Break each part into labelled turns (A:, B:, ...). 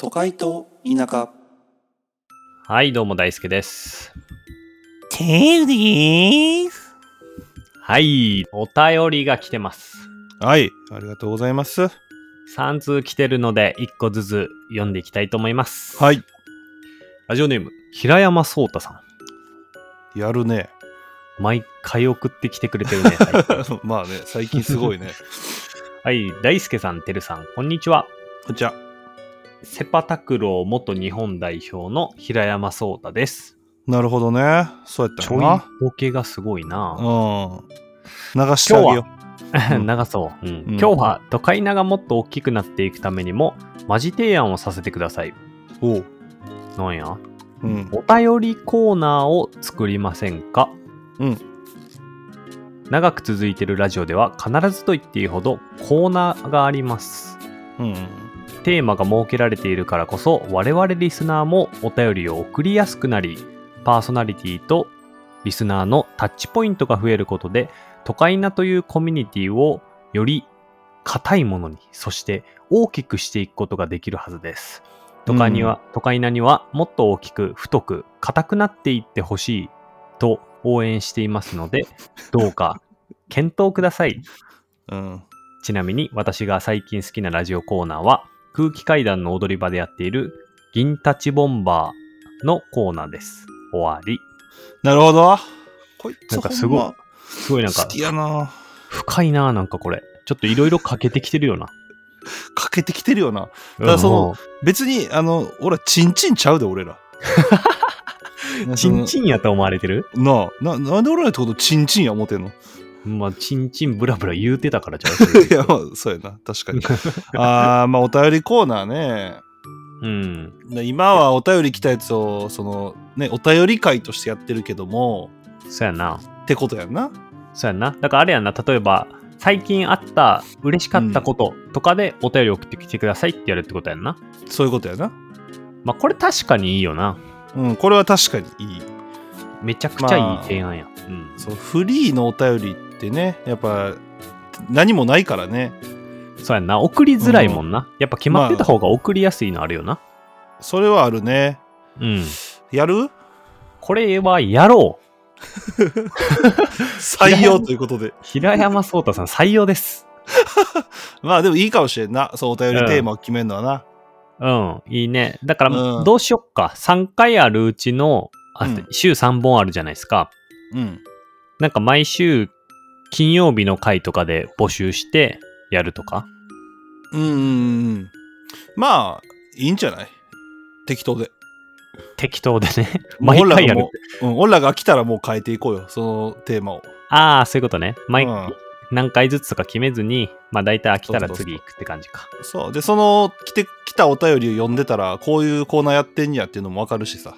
A: 都会と田舎
B: はい、どうも大輔です。
C: テールでーす。
B: はい、お便りが来てます。
C: はい、ありがとうございます。は
B: 3通来てるので、1個ずつ読んでいきたいと思います。い。
C: い、
B: ラジオネーム、平山聡太さ
C: やるね。
B: ん。毎回送ってきてくれてるね。は
C: まあね、最近すごい ね。
B: い、 はい大輔さん、てるさん、こんにちは。
C: こんにちは。
B: セパタクロー元日本代表の平山聡太です。
C: なるほどね。そうやっ
B: ち
C: た
B: ょ
C: よ
B: い
C: な。
B: ボケがすごいな。
C: うん。流してあげようん
B: 長そう、うん
C: うん
B: 今日は都会ながもっと大きくなっていくためにも、マジ提案をさせてください。
C: う。おう。
B: なんや
C: うん。
B: お便りコーナーを作りませんか
C: うん
B: 長く続いてるラジオでは必ずと言っていいほどコーナーがあります
C: うん。
B: テーマが設けられているからこそ我々リスナーもお便りを送りやすくなりパーソナリティとリスナーのタッチポイントが増えることで都会なというコミュニティをより硬いものにそして大きくしていくことができるはずです都会には、都会なにはもっと大きく太く硬くなっていってほしいと応援していま すのでどうか検討ください
C: うん。
B: ちなみに私が最近好きなラジオコーナーは空気階段の踊り場でやっている銀立ちボンバーのコーナーです。終わり。
C: なるほど。こいつ
B: なんかすごい
C: ほん
B: すごいな
C: ま
B: んか
C: 好きやな。
B: 深いななんかこれ。ちょっといろいろ欠けてきてるよな。
C: かけてきてるよな。からその別に、あの、俺ら、チンチンちゃうで、俺 ら。
B: うん、チンチンやと思われてる
C: ンなあな、なんで俺らってことチンチンや思てんの
B: まあ、チンチンブラブラ言うてたからじゃ
C: いや、まあ、そうやな。確かに。あー、まあ、お便りコーナーね。
B: う。うん。
C: で今はお便り来たやつをそのねお便り会としてやってるけども
B: そうやな。
C: ってことやんな
B: そうやな。だからあれやな、例えば、最近あった嬉しかったこととかでお便り送ってきてくださいってやるってことやんな。
C: そういうことやな
B: まあ、これ確かにいいよな。
C: うんこれは確かにいい
B: めちゃくちゃいい提案や。うん。
C: そのフリーのお便りってねやっぱ何もないからね
B: そうやんな。送りづらいもんな。やっぱ決まってた方が送りやすいのあるよな。
C: それはあるね
B: うん。
C: や る
B: これはやろう。
C: 採用ということで
B: 平山聡太さん採用です。
C: まあでもいいかもしれんなそうお便りテーマを決めるのはな、
B: うん。いいね。だから、
C: うん
B: どうしよっか。3回あるうちの、あ
C: うん
B: 週3本あるじゃないですか。
C: うん、
B: なんか毎週、金曜日の回とかで募集してやるとか。
C: うんうんうんまあいいんじゃない適当で
B: 適当で ね。毎
C: 俺ら
B: 回や
C: が
B: る
C: も。う、うん、俺らが来たらもう変えていこうよそのテーマを
B: ああ、そういうことね。毎
C: うん
B: 何回ずつとか決めずに、まあ大体飽きた
C: そ
B: ら
C: うそうそう
B: 次行くって感じか。
C: そう。で、その、来て、来たお便りを読んでたら、こういうコーナーやってんやっていうのもわかるしさ。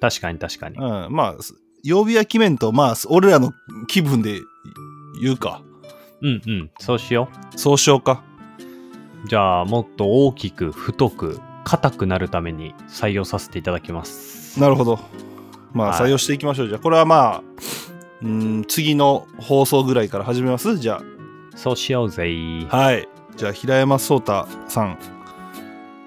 B: 確かに確かに
C: う。ん。まあ、す曜日は決めんと、まあ、す俺らの気分で言うか。
B: うんうん。そうしよう。
C: そうしようか。
B: じゃあもっと大きく太く硬くなるために採用させていただきます。
C: なるほど。まあ、
B: はい
C: 採用していきましょう。じゃあ、これはまあ、うん、次の放送ぐらいから始めますじゃ
B: そうしようぜい
C: あ、はい。じゃあ、平山聡太さん、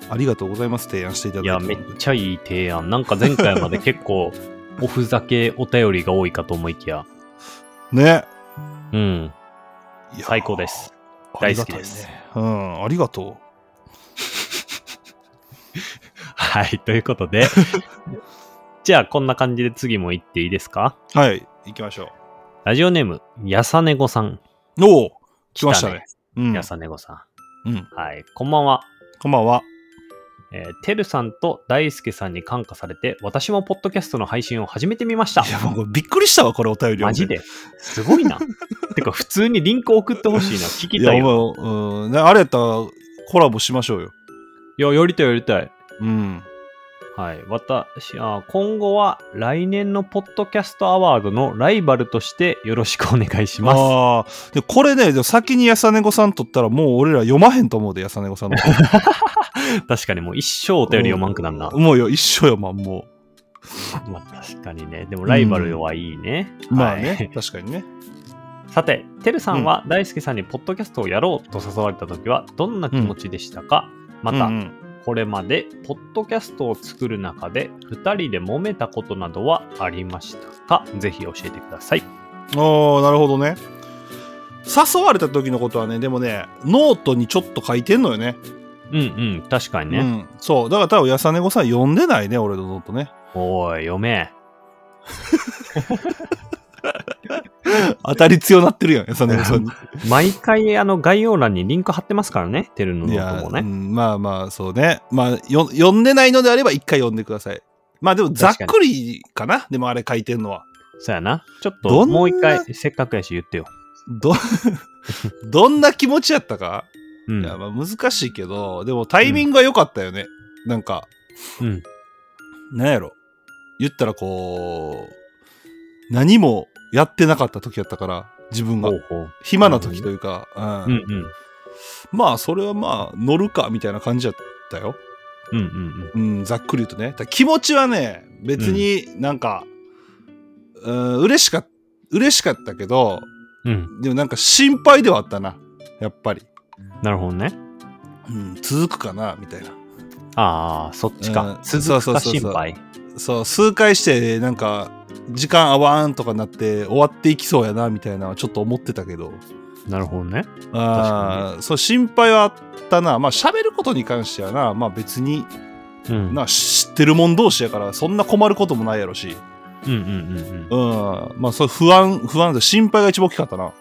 C: ありがとうございます。提案していただい
B: や
C: て。
B: めっちゃいい提案なんか前回 まで結構おふざけお便りが多いかと思いきや
C: ね。
B: うん
C: いや
B: 最高で。す
C: ありがたい
B: 大好き
C: ね
B: です。
C: うん、ありがと
B: はいというこ とでじゃあこんな感じで次も行っていいですか
C: う。はい。行きましょ
B: ラジオネームやさねごさん
C: う。おお来ましたね。うん。
B: やさねごさ
C: うん。
B: んはいこんばんは
C: こんばんは。
B: えーてるさんと大輔さんに感化されて私もポッドキャストの配信を始めてみました
C: いや、もうこれびっくりしたわ、これお便り読ん
B: マジですごい な。てか、普通にリンク送ってほしいな。聞き
C: い
B: た
C: や、
B: いよ。
C: もう、うん、ねあれやったらコラボしましょうよ。
B: いや、やりたい、やりたい。
C: うん。
B: はい。私、あ今後は来年のポッドキャストアワードのライバルとしてよろしくお願いしま
C: ああ、で、これね、でも先にやさねごさん取ったらもう俺ら読まへんと思うで、やさねごさんの。
B: す。確かにもう一生 お便り読まんくなんな。
C: もうよ、一生読まん、も
B: まあ、確かにね。でもライバルはいいね。
C: う。まあ
B: は
C: ね
B: い、。
C: 確かにね。
B: さて、てるさんは大輔さんにポッドキャストをやろうと誘われた時はどんな気持ちでしたか、また、
C: うん
B: これまで、ポッドキャストを作る中で、2人で揉めたことなどはありましたかぜひ教えてください。
C: ああなるほどね誘われた時のことはねでもねノートにちょっと書いてんのよね
B: うんうん、確かに
C: う
B: ね。
C: ん、そうだから多分やさねごさん読んでないね俺のノートね
B: おい、読め。
C: 当たり強なって るやんやさねごさんに
B: 毎回、あの、概要欄にリンク貼ってますからね、テルのノ
C: い
B: ー
C: や、
B: トも
C: う
B: ね。
C: んまあまあそうねまあよ読んでないのであれば一回読んでくださいまあでもざっくりかなでもあれ書いてんのは
B: そうやな。ちょっ
C: ど
B: と、
C: んな
B: もう一回、せっかくやし言ってよ。
C: ど どんな気持ちやったか、
B: うん
C: い。やまあ難しいけどでもタイミングが良かったよね、なんか
B: うん。
C: なんやろ言ったらこう何もやってなかった時やったから自分
B: ほ
C: が
B: うほう。
C: 暇な時というか、う
B: うん
C: ん
B: うん。
C: まあそれはまあ乗るかみたいな感じやったよ、
B: うんうん
C: うん、ざっくり言うとねだから気持ちはね別になんか、うん、嬉しか嬉しかったけど
B: うん。うん。
C: でもなんか心配ではあったなやっぱり、
B: なるほどね。
C: うん、続くかなみたいな
B: ああ、そっちか
C: う。んそ
B: 続
C: う
B: く
C: そう
B: か
C: そうそう
B: 心配。
C: そう数回してなんか時間合わんとかなって終わっていきそうやなみたいなのはちょっと思ってたけど
B: なるほどね。
C: あーそう心配はあったなまあ喋ることに関してはなまあ別に
B: うん。
C: な知ってるもん同士やからそんな困ることもないやろし
B: うんうんうんうん
C: う。んまあそう不安不安で心配が一番大きかったな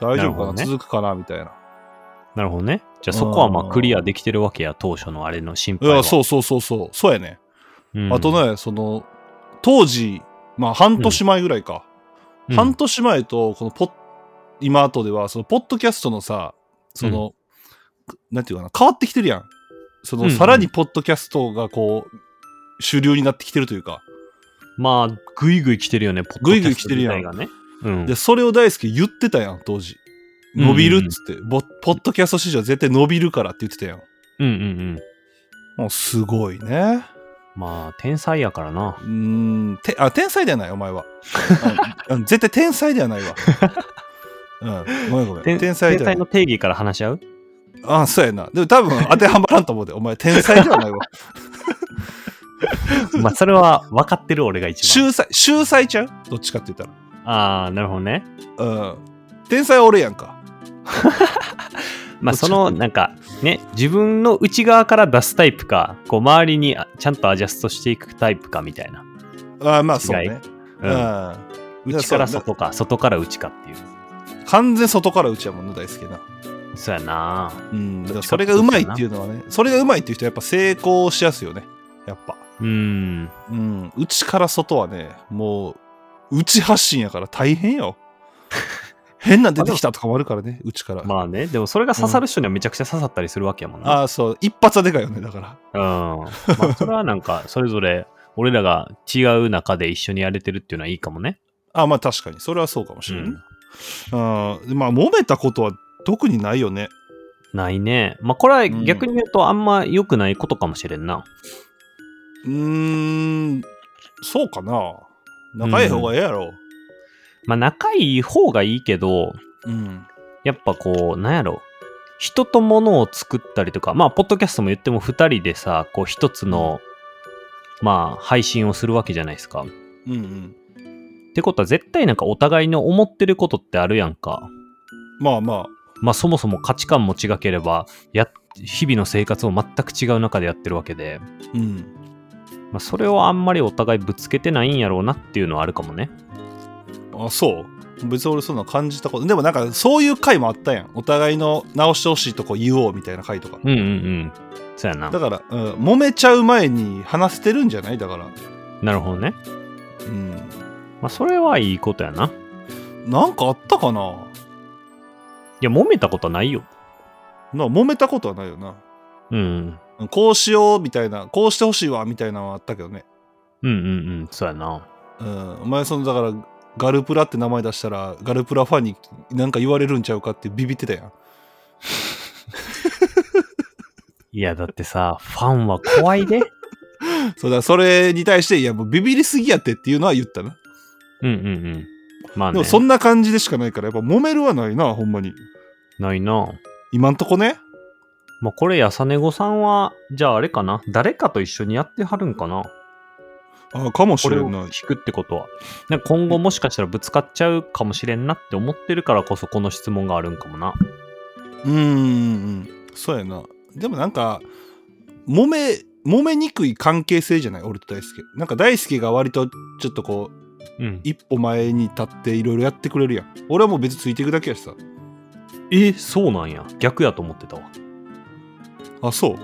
C: 大丈夫
B: なるほ
C: かな
B: どね
C: 続くかなみたいな
B: なるほどね。じゃあそこはま
C: うん
B: あクリアできてるわけや、当初のあれの心
C: い
B: 配は。
C: やそうそうそうそうそうやね、
B: うん
C: あと、ねその当時まあ半年前ぐらいか、
B: うん
C: 半年前とこのポッ今後ではそのポッドキャストのさその、なんていうかな変わってきてるやんその、
B: うんうん
C: さらにポッドキャストがこう主流になってきてるというか
B: まあ、ぐいぐい来てるよね、ポッドキャスト自体がね。うん
C: でそれを大好き言ってたやん当時
B: うんうん
C: 伸びるっつって、ぼポッドキャスト市場絶対伸びるからって言ってたやん
B: うんうんうん。
C: もうすごいね
B: まあ、天才やからな
C: う。ーんてあ天才ではないお前は、 うんうん絶対天才ではない わうん、ごめんごめん
B: 天
C: 天才
B: 天
C: ではない
B: 才の定義から話し合う
C: あそうやな。でも多分当てはまらんと思うで。お前、天才では ないわ。
B: まあ、それは分かってる俺が一番。
C: 秀才、秀才ちゃうどっちかって言っ
B: ああ、なるほどね。
C: たら。うん。天才は俺やんか。ど
B: まあ、
C: っちか
B: その、なんか、ね、自分の内側から出すタイプか、こう、周りにあちゃんとアジャストしていくタイプかみたいな。
C: あまあ、そう
B: 違い
C: ね。う
B: うん
C: ん。
B: 内から
C: そう
B: 外か、外から内かっていう。
C: 完全外からうちやもんな、大好きな。
B: そうやな
C: うん。だから
B: どっち
C: そ
B: か
C: れがうまいっていうのはね、それがうまいっていう人はやっぱ成功しやすいよね。やっぱ。
B: うん。
C: うん。内から外はね、もう、内発信やから大変よ。変な出てきたとかもあるからね、内から。
B: まあね、でもそれが刺さる人にはめちゃくちゃ刺さったりするわけやもんな。
C: ああ、そう。一発はでかいよね、だから。
B: うん。まあ、それはなんか、それぞれ、俺らが違う中で一緒にやれてるっていうのはいいかもね。
C: あまあ確かに。それはそうかもし
B: う
C: れない。
B: ん。
C: あーまあ揉めたことは特にないよね
B: ないね。まあ、これは逆に言うと、あんま良くないことかもしれんな。
C: うーんそうかな仲いい方がええやろ
B: まあ、仲いい方がいいけど、
C: うん
B: やっぱこう、なんやろ。人と物を作ったりとか、まあ、ポッドキャストも言っても二人でさ、こう一つの、まあ、配信をするわけじゃないですか。っ
C: うんうん
B: てことは絶対なんかお互いの思ってることってあるやんか。
C: まあま
B: まあそもそも価値観も違ければ、や、日々の生活も全く違う中でやってるわけで、
C: あうん
B: まあそれをあんまりお互いぶつけてないんやろうなっていうのはあるかもね。
C: あそう別に俺そんな感じたことでもなんかそういう回もあったやんお互いの直してほしいとこ言おうみたいな回とか
B: うんうんうん。そうやな
C: だ。から、うん、揉めちゃう前に話してるんじゃないだから
B: なるほどね。
C: うん
B: まあそれはいいことやな。い
C: なんかあったかな
B: や、揉めたことはないよ。
C: な揉めたことはないよな
B: うん。
C: こうしようみたいなこうしてほしいわみたいなのはあったけどね
B: うんうんうん。そうやな。
C: うん、お前そのだからガルプラって名前出したらガルプラファンになんか言われるんちゃうかってビビってたやん
B: いや、だってさ、ファンは怖いで。
C: そうだそれに対していやもうビビりすぎやってっていうのは言ったな、
B: うんうんうん。まあ
C: で
B: ね
C: も。そんな感じでしかないからやっぱ揉めるはないなほんまに
B: ないな。
C: 今んとこね
B: まあ、これ、やさねごさんは、じゃああれかな誰かと一緒にやってはるんかな
C: あかもし
B: これ
C: れ
B: を
C: ない
B: 聞。くってことは。なんか今後もしかしたらぶつかっちゃうかもしれんなって思ってるからこそこの質問があるんかもな。
C: うんうんうん。そうやな。でもなんか、揉め、揉めにくい関係性じゃない俺と大輔。なんか大輔が割とちょっとこう、
B: うん。
C: 一歩前に立っていろいろやってくれるやん。俺はもう別についていくだけやしさ。
B: え、そうなんや。逆やと思ってたわ。
C: あ、そう。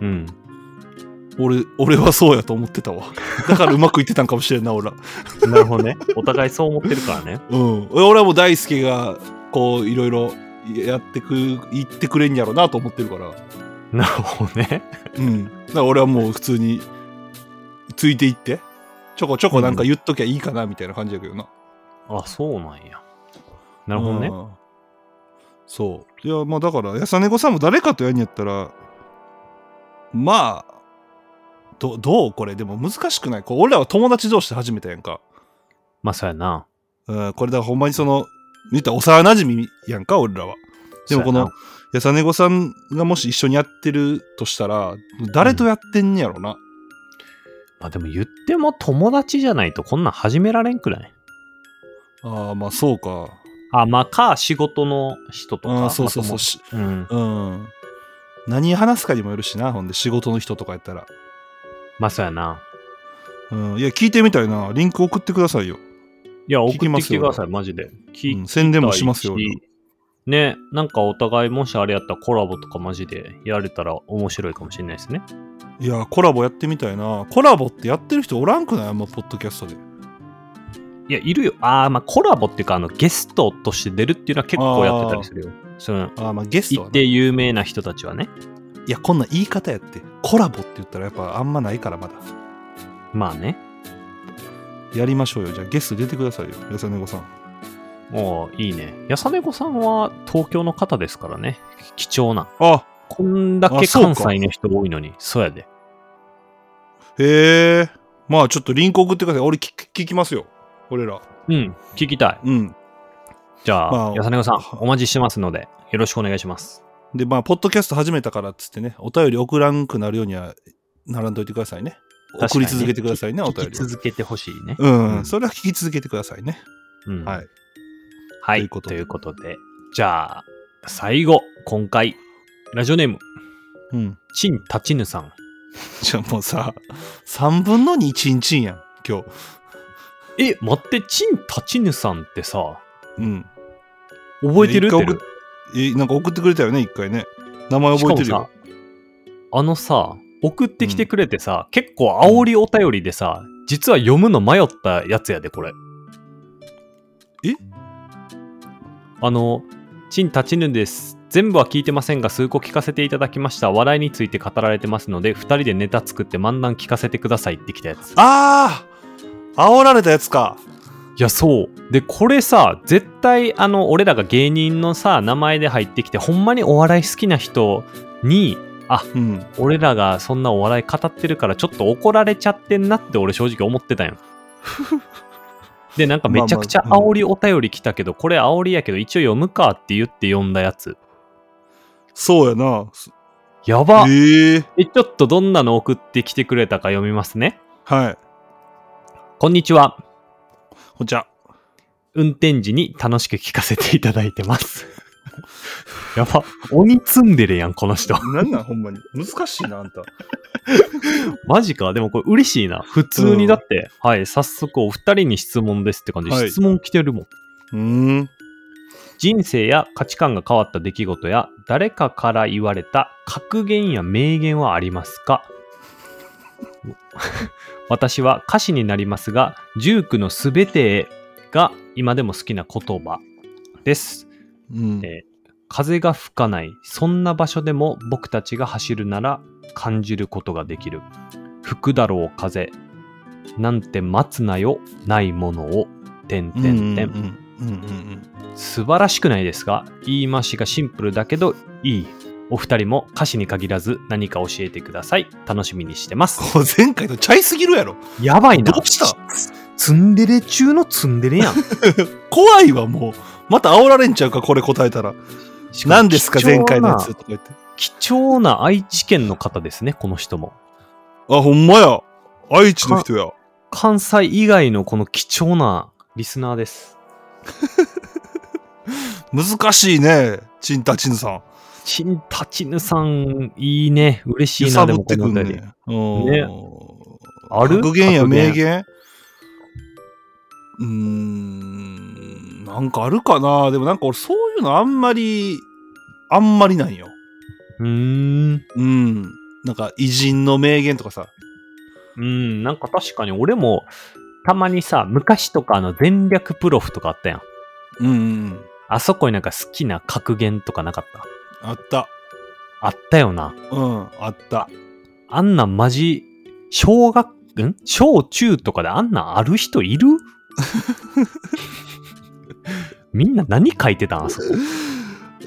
B: うん。
C: 俺、俺はそうやと思ってたわ。 だからうまくいってたんかもしれんな、俺ら。
B: なるほどね。お互いそう思ってるから ね。
C: うん。俺はもう大輔が、こう、いろいろやってく、言ってくれんやろなと思ってるから。
B: なるほどね。
C: うん。だから俺はもう普通に、ついていって、ちょこちょこなんか言っときゃいいかな、みたいな感じだけどな。
B: あ、そうなんや。なるほどね
C: う。んそう。いや、まあだから、やさねこさんも誰かとやんやったら、まあ、どどうこれでも難しくないこう俺らは友達同士で始めたやんか。
B: まあ、そうやな。
C: うん、これだからほんまにその、見たら幼馴染やんか、俺らは。でもこの
B: そ、
C: やさねこさんがもし一緒にやってるとしたら、誰とやってんねやろな。
B: まあ、でも言っても友達じゃないとこんなん始められんくない
C: ああ、まあそうか。
B: あ、まあ、か、仕事の人と
C: あ
B: か。
C: あ、そうそうそ
B: ま
C: う。
B: あ
C: し
B: 友うん。
C: うん。何話すかにもよるしな、ほんで仕事の人とかやったら。
B: まあ、そうやな。
C: うん。いや、聞いてみたいな。リンク送ってくださいよ。
B: いや、送っ
C: 聞
B: て
C: きま
B: き
C: す
B: て
C: よ
B: ください、マジで。聞い
C: うん宣伝もしますよ。俺ら
B: ね、なんかお互いもしあれやったらコラボとかマジでやれたら面白いかもしれないですね。
C: いや、コラボやってみたいな。コラボってやってる人おらんくないあんま、ポッドキャストで。
B: いや、いるよ。ああ、まあコラボっていうか、あの、ゲストとして出るっていうのは結構やってたりするよ。その、
C: ああ、まあゲスト
B: 行
C: は
B: っ
C: ね。
B: て
C: い
B: 有名な人たちはね。
C: や、こんな言い方やって。コラボって言ったらやっぱあんまないからまだ。
B: まあね。
C: やりましょうよ。じゃあゲスト出てくださいよ。やさねごさん。
B: もういいね。やさねこさんは東京の方ですからね。貴重な。
C: あ、
B: こんだけ
C: あそうか
B: 関西の人多いのに、そうやで。
C: へえ。まあちょっとリンク送ってください。俺聞き聞きますよ。俺ら。
B: うん、聞きたい。
C: うん。
B: じゃあ、
C: まあ
B: やさねこさん、
C: は
B: お待ちしてますので、よろしくお願いします。
C: で、まあ、ポッドキャスト始めたからっつってね、お便り送らんくなるようにはならんといてくださいね。
B: 確か
C: 送
B: に
C: り
B: ね
C: 続けてくださいね、お
B: 聞
C: 便
B: き
C: りは。
B: 続けてほしいね。
C: うん、
B: うん
C: それは聞き続けてくださいね。
B: うん
C: はい。
B: はい。
C: と
B: と
C: い
B: いうう
C: こ
B: ことと
C: で
B: で。じゃあ、最後、今回、ラジオネーム、
C: うん。
B: チンタチヌさん。
C: じゃあもうさ、3分の2チンチンやん、今日。
B: え、待って、チンタチヌさんってさ、
C: うん。
B: 覚えてる
C: 一回送
B: て
C: っえ、なんか送ってくれたよね、一回ね。名前覚えてるよ。
B: あのさ、送ってきてくれてさ、結構煽りお便りでさ、実は読むの迷ったやつやで、これ。
C: え
B: あの、チンタチヌです。全部は聞いてませんが、数個聞かせていただきました。笑いについて語られてますので、二人でネタ作って漫談聞かせてくださいってきたやつ。
C: あー煽られたやつか。
B: いや、そう。で、これさ、絶対、あの、俺らが芸人のさ、名前で入ってきて、ほんまにお笑い好きな人に、
C: うん。
B: 俺らがそんなお笑い語ってるから、ちょっと怒られちゃってんなって、俺正直思って たんよ。で、なんかめちゃくちゃ
C: まあまあうん
B: 煽りお便り来たけど、これ煽りやけど、一応読むかって言って読んだやつ。
C: そうやな。
B: やば、
C: ええー。
B: え、ちょっとどんなの送ってきてくれたか読みますね。
C: はい。
B: こんにちは。
C: こんにちは。
B: 運転時に楽しく聞かせていただい てます。やば、鬼積んでるやん、この人。
C: なんなん、ほんまに。難しいな、あん た。
B: マジか、でもこれ嬉しいな。普通
C: うん
B: にだって、はい、早速お二人に質問ですって感じ、
C: はい
B: 質問来てるもん。
C: うーん。
B: 人生や価値観が変わった出来事や、誰かから言われた格言や名言はありますか 私は歌詞になりますが、19のすべてへが今でも好きな言葉です。
C: うん。
B: え風が吹かないそんな場所でも僕たちが走るなら感じることができる吹くだろう風なんて待つなよないものを点
C: うんうん
B: 々
C: うん
B: 点
C: うんうんうん
B: 素晴らしくないですが言い回しがシンプルだけどいいお二人も歌詞に限らず何か教えてください楽しみにしてます
C: これ 前回とちゃいすぎるやろ
B: やばいな
C: どうした
B: ツンデレ中のツンデレやん
C: 怖いわもうまた煽られんちゃうかこれ答えたら何ですか前回のやつとか言って
B: 貴重な愛知県の方ですね、この人も。
C: あ、ほんまや。愛知の人や。
B: 関西以外のこの貴重なリスナーです。
C: 難しいね。チンタチンさん。
B: チンタチヌさん、いいね。嬉し
C: 揺さ
B: いな、で
C: ぶ
B: も
C: っ
B: こ
C: て
B: の
C: く
B: お
C: ん
B: 便り。
C: ね。うん
B: ねある
C: 格言や
B: 格言
C: 名言うーん、なんかあるかな。でもなんか俺そういうのあんまり、あんまりなんよ。
B: うーん。
C: うん。なんか偉人の名言とかさ。
B: うん、なんか確かに俺も、たまにさ、昔とかあの全略プロフとかあったやん。
C: うんうんうん。
B: あそこになんか好きな格言とかなかった
C: あった。
B: あったよな。
C: うん、あった。
B: あんなんマジ、小学、ん小中とかであんなんある人いるみんな何書いてたんあそこ。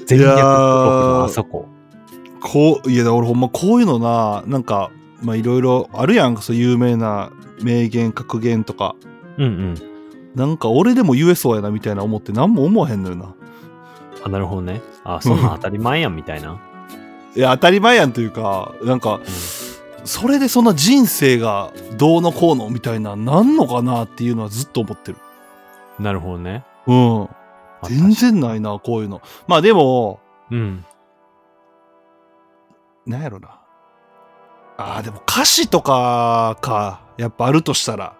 B: 全略プロフのあそこ。
C: こう、いや、だから俺ほんまこういうのな、なんか、まあいろいろあるやんか、そう有名な名言、格言とか。
B: うんうん。
C: なんか俺でも言えそうやなみたいな思って何も思わへんのよな。
B: あ、なるほどね。あ、そんなん当たり前やんみたいな。
C: いや当たり前やんというかなんかそれでそんな人生がどうのこうのみたいななんのかなっていうのはずっと思ってる
B: なるほどね。
C: うん
B: あ
C: 全然ないなこういうのまあでも
B: うん。
C: なんやろなあーでも歌詞とかかやっぱあるとしたら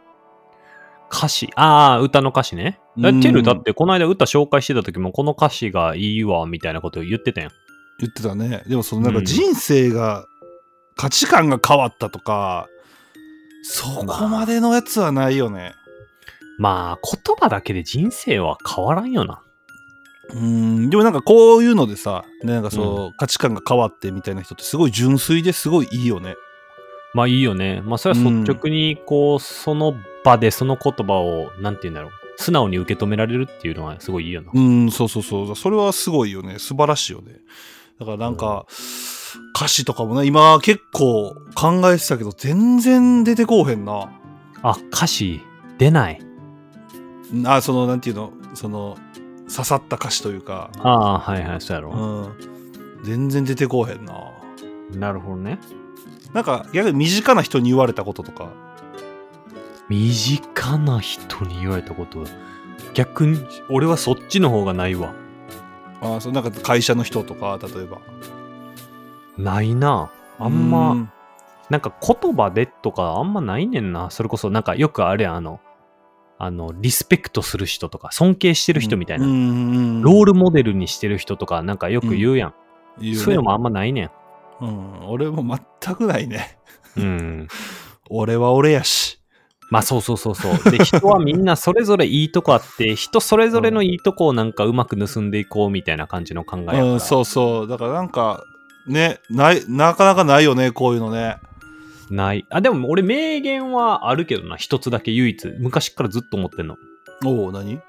B: 歌詞。ああ、歌の歌詞ね。だ
C: うん
B: チェルだってこの間歌紹介してた時もこの歌詞がいいわみたいなこと言ってたやん。
C: 言ってたねでもそのなん
B: う
C: か
B: ん
C: 人生が、価値観が変わったとかそこまでのやつはないよね、
B: まあ、言葉だけで人生は変わらんよな。
C: うんでもなんかこういうのでさ、ね、なんかそう、価値観が変わってみたいな人ってすごい純粋ですごいいいよね。
B: まあいいよね。まあそれは率直に、こう、その場でその言葉を、なんて言うんだろう。素直に受け止められるっていうのはすごいいいよな。
C: うん、そうそうそう。それはすごいよね。素晴らしいよね。だからなんか、歌詞とかもね、今結構考えてたけど、全然出てこうへんな。
B: あ、歌詞出ない。
C: あ、その、なんていうの、その、刺さった歌詞というか、
B: ああ、はいはい、そうや
C: う
B: ろ。
C: ん、全然出てこうへんな。
B: なるほどね。
C: なんか、逆に身近な人に言われたこととか、
B: 身近な人に言われたこと、逆に、俺はそっちの方がないわ。
C: あそうなんか会社の人とか、例えば。
B: ないな。あんま、
C: うん
B: なんか言葉でとかあんまないねんな。それこそなんかよくあれやんあの、あの、リスペクトする人とか、尊敬してる人みたいな。
C: うんうんうんうん
B: ロールモデルにしてる人とかなんかよく言うやん。
C: 言うね
B: そういうのもあんまないねん。
C: うん、俺も全くないね。
B: うん。
C: 俺は俺やし。
B: まあそうそうそうそう。で、人はみんなそれぞれいいとこあって、人それぞれのいいとこをなんかうまく盗んでいこうみたいな感じの考えやから。
C: うん、そうそう。だからなんか、ね、ない、なかなかないよね、こういうのね。
B: ない。あ、でも俺名言はあるけどな。一つだけ唯一。昔からずっと思ってんの。
C: おお、何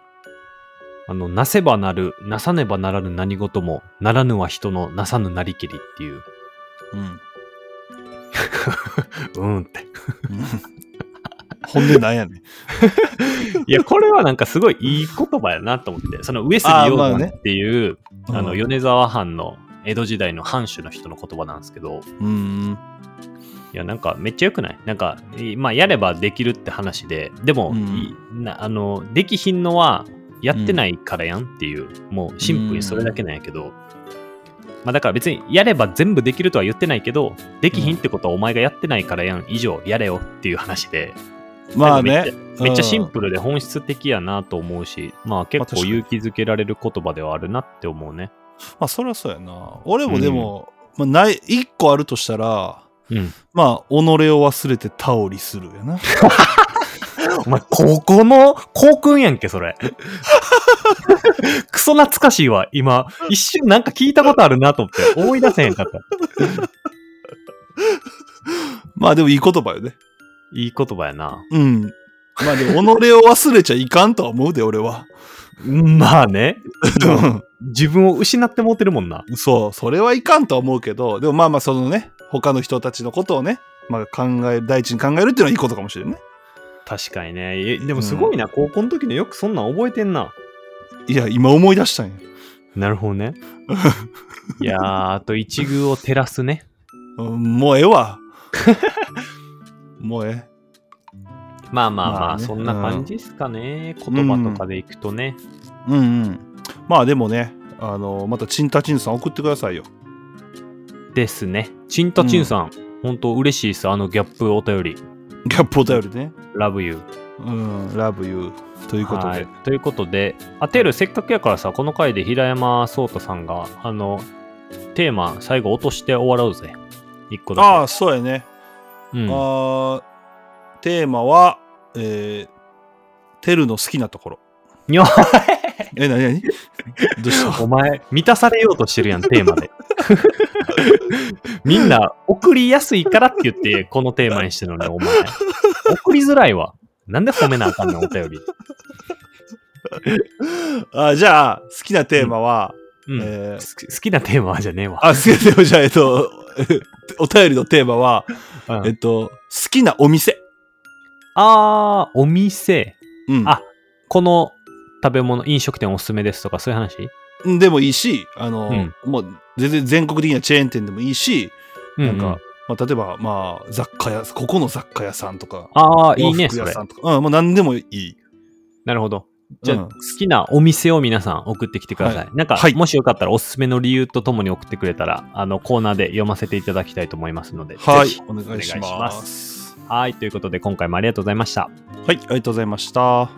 B: あの、なせばなる、なさねばならぬ何事も、ならぬは人のなさぬなりきりっていう。
C: うん。
B: うんって。
C: 本音なんやねん。
B: いや、これはなんかすごいいい言葉やなと思って。その上杉
C: あー
B: 鷹
C: まあ
B: 山
C: ね
B: っていう、あ,、の、
C: うん、
B: 米沢藩の江戸時代の藩主の人の言葉なんですけど、
C: うん。
B: いや、なんかめっちゃ良くないなんか、いまあ、やればできるって話で、でも、
C: うん
B: いなあの、できひんのは、やってないからやんっていう、もうシンプルにそれだけなんやけど、まあだから別にやれば全部できるとは言ってないけど、できひんってことはお前がやってないからやん、以上やれよっていう話で、
C: まあ
B: なんか
C: ね。
B: めっちゃシン
C: ル。
B: プルで本質的やなと思うし、ま
C: ま
B: あ
C: あ
B: 結
C: 確
B: 構
C: かに
B: 勇気づけられる言葉ではあるなって思うね。
C: まあ、そりゃそうやな。俺もでも、まあ、ない、一個あるとしたら、
B: うん。
C: まあ、己を忘れてタオリするやな。
B: お前、ここの校訓やんけ、それ。 クソ懐かしいわ、今。一瞬なんか聞いたことあるなと思って、思い出せへんかった。
C: まあ、でもいい言葉よね。
B: いい言葉やな。
C: うん。まあ、でも、己を忘れちゃいかんとは思うで、俺は。
B: まあね。自分を失ってもうてるもんな。
C: そう、それはいかんとは思うけど、でもまあまあそのね、他の人たちのことをね、まあ考え、第一に考えるっていうのはいいことかもしれんね。
B: 確かにね。えでもすごいな、高校の時のよくそんなん覚えてんな。
C: いや、今思い出したんや。
B: なるほど ね。いやー、あと一遇を照らすね。
C: うんもうええわ。もうえ
B: まあまあまあ、
C: まあね
B: そんな感じですかね。言葉とかでいくとね。
C: え。うんうん。まあでもね、あの、またチンタチンさん送ってくださいよ。
B: ですね。チンタチンさん、本当嬉しいです。あのギャップお便り。
C: ギャップお便りね。
B: Love you.
C: うん、ラブユー。ということ
B: は
C: で
B: い。。ということで、あ、テル、せっかくやからさ、この回で平山聡太さんが、あの、テーマ、最後落として終わろうぜ。一個だけ。
C: ああ、そうやね。
B: うん、
C: あーテーマは、えー、テルの好きなところ。
B: いや
C: え、なになにどうした
B: お前、満たされようとして るやん、テーマで。みんな、送りやすいからって言って、このテーマにしてるのに、お前。送りづらいわ。なんで褒めなあかんねん、お便り。
C: あじゃあ、好きなテーマは、
B: うん。
C: えー
B: す好きなテーマはじゃねえわ。
C: あ、好きなテーマじゃあ、えっと、 お便りのテーマは、
B: うん
C: えっと、好きなお店。
B: あー、お店。
C: うん。
B: あこの食べ物、飲食店おすすめですとか、そういう話
C: でもいいし、あの、
B: うん
C: もう、全然全国的なチェーン店でもいいし、なんか、
B: うう
C: まあ、例えば、まあ、雑貨屋、ここの雑貨屋さんとか、
B: ああ、いいね、
C: 洋服
B: そ
C: 屋
B: れ
C: さ。んとか、うん、もう何でもいい。
B: なるほど。じゃあ、
C: うん
B: 好きなお店を皆さん送ってきてください。なんか、
C: はい
B: もしよかったらおすすめの理由とともに送ってくれたら、あの、コーナーで読ませていただきたいと思いますので、
C: はい
B: ぜひ。
C: お願いし
B: お願いしま
C: ます。
B: はい、ということで今回もありがとうございました。
C: はい、ありがとうございました。